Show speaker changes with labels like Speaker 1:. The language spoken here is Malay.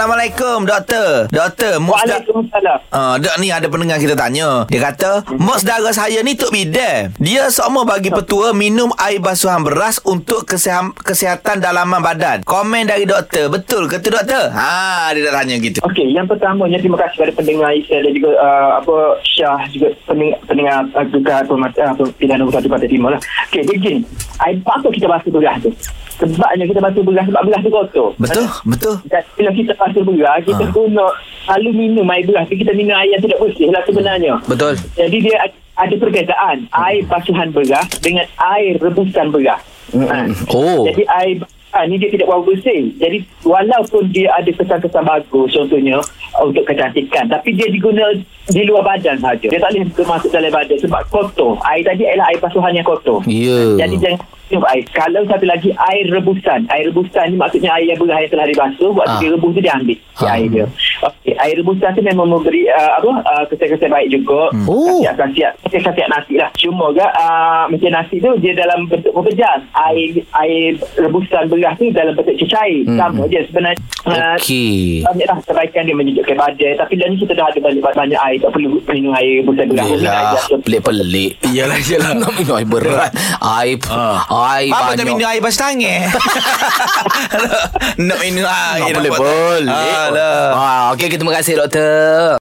Speaker 1: Assalamualaikum doktor. Doktor, mak sedar-
Speaker 2: Waalaikumsalam.
Speaker 1: Ah, dok ni ada pendengar kita tanya. Dia kata, "Mak saudara saya ni tok bidan. Dia semua bagi petua minum air basuhan beras untuk kesiham, kesihatan dalaman badan." Komen dari doktor. Betul ke tu doktor? Ha, dia dah tanya gitu.
Speaker 2: Okey, yang pertamanya terima kasih kepada pendengar Isel dan juga uh, apa Syah juga pendengar, pendengar uh, juga pemata, uh, pilihan nombor satu Pantai Timur lah. Okey, dia gini. Air patut kita basuh beras tu. Sebabnya kita basuh beras sebab beras tu kotor. Ah.
Speaker 1: Betul, betul.
Speaker 2: Dan bila kita basuh beras, kita
Speaker 1: Ha.
Speaker 2: ha. guna selalu minum air beras. Tapi Kita minum air yang tidak bersih lah sebenarnya.
Speaker 1: Betul.
Speaker 2: Jadi dia ad- ada perbezaan air basuhan beras dengan air rebusan beras. Ha.
Speaker 3: Oh.
Speaker 2: Jadi air ha, ni dia tidak bau bersih. Jadi walaupun dia ada kesan-kesan bagus contohnya uh, untuk kecantikan tapi dia diguna di luar badan saja. Dia tak boleh masuk dalam badan sebab kotor. Air tadi ialah air basuhan yang kotor.
Speaker 3: Ya.
Speaker 2: Jadi jangan minum air. Kalau satu lagi air rebusan. Air rebusan ni maksudnya air yang beras yang telah dibasuh. Waktu
Speaker 3: Ah.
Speaker 2: dia rebus tu dia ambil si
Speaker 3: Ah.
Speaker 2: air dia. Okey, air rebusan tu memang memberi uh, apa uh, kesan-kesan baik juga. Hmm.
Speaker 3: Oh.
Speaker 2: Khasiat-khasiat khasiat nasi lah. Cuma juga uh, macam nasi tu dia dalam bentuk pekerjaan. Air air rebusan beras tu dalam bentuk cecair. Hmm. Sama je sebenarnya. Ah,
Speaker 3: Okey.
Speaker 2: Banyaklah kebaikan dia menunjukkan badan. Tapi dah ni kita dah ada banyak, banyak air. Tak perlu pelindung air rebusan beras.
Speaker 3: Yelah,
Speaker 2: Minum air je.
Speaker 3: pelik-pelik.
Speaker 1: Iyalah, iyalah.
Speaker 3: Nak minum air berat. Air, Ah, air
Speaker 1: Ah. Apa tak
Speaker 3: banyak.
Speaker 1: minum air basuh tangan? Nak minum air.
Speaker 3: Tak
Speaker 1: nak
Speaker 3: boleh
Speaker 1: buat-
Speaker 3: boleh. Eh,
Speaker 1: Alah.
Speaker 3: Ah, okey, terima kasih doktor.